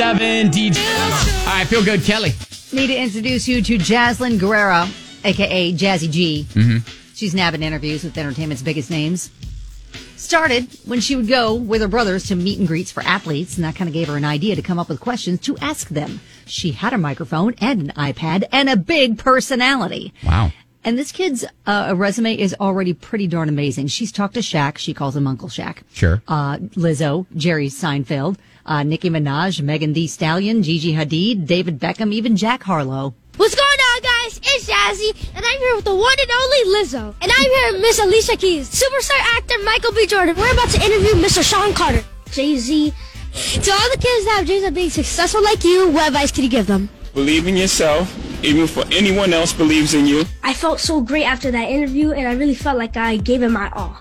seven DJ. All right, feel good, Kelly. Need to introduce you to Jaslyn Guerrero, aka Jazzy G. Mm-hmm. She's nabbing interviews with entertainment's biggest names. Started when she would go with her brothers to meet and greets for athletes, and that kind of gave her an idea to come up with questions to ask them. She had a microphone and an iPad and a big personality. Wow. And this kid's uh, resume is already pretty darn amazing. She's talked to Shaq. She calls him Uncle Shaq. Sure. Uh, Lizzo, Jerry Seinfeld, uh, Nicki Minaj, Megan Thee Stallion, Gigi Hadid, David Beckham, even Jack Harlow. What's going on, guys? It's Jazzy, and I'm here with the one and only Lizzo. And I'm here with Miss Alicia Keys, superstar actor Michael B. Jordan. We're about to interview Mr. Sean Carter, Jay Z. To all the kids that have dreams of being successful like you, what advice could you give them? Believe in yourself, even if anyone else believes in you. I felt so great after that interview, and I really felt like I gave it my all.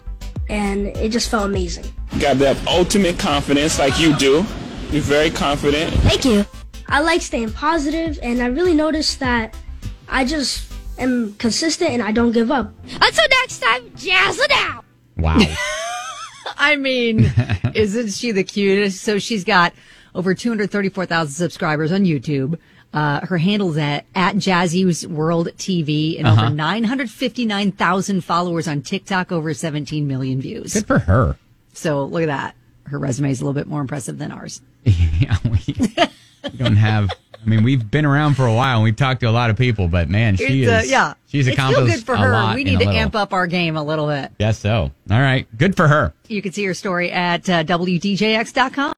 And it just felt amazing. You got that ultimate confidence like you do. You're very confident. Thank you. I like staying positive, and I really noticed that I just am consistent and I don't give up. Until next time, jazz it out. Wow. I mean, isn't she the cutest? So she's got over 234,000 subscribers on YouTube. Uh, her handle's at, at Jazzy's World TV and Uh-huh. over 959,000 followers on TikTok, over 17 million views. Good for her. So look at that. Her resume is a little bit more impressive than ours. yeah, we, we don't have. I mean, we've been around for a while and we've talked to a lot of people, but man, she It's, uh, is. yeah. she's it's feel accomplished good for a her. lot we in need a to little. amp up our game a little bit. Yes, so all right, good for her. You can see her story at uh, WDJX.com.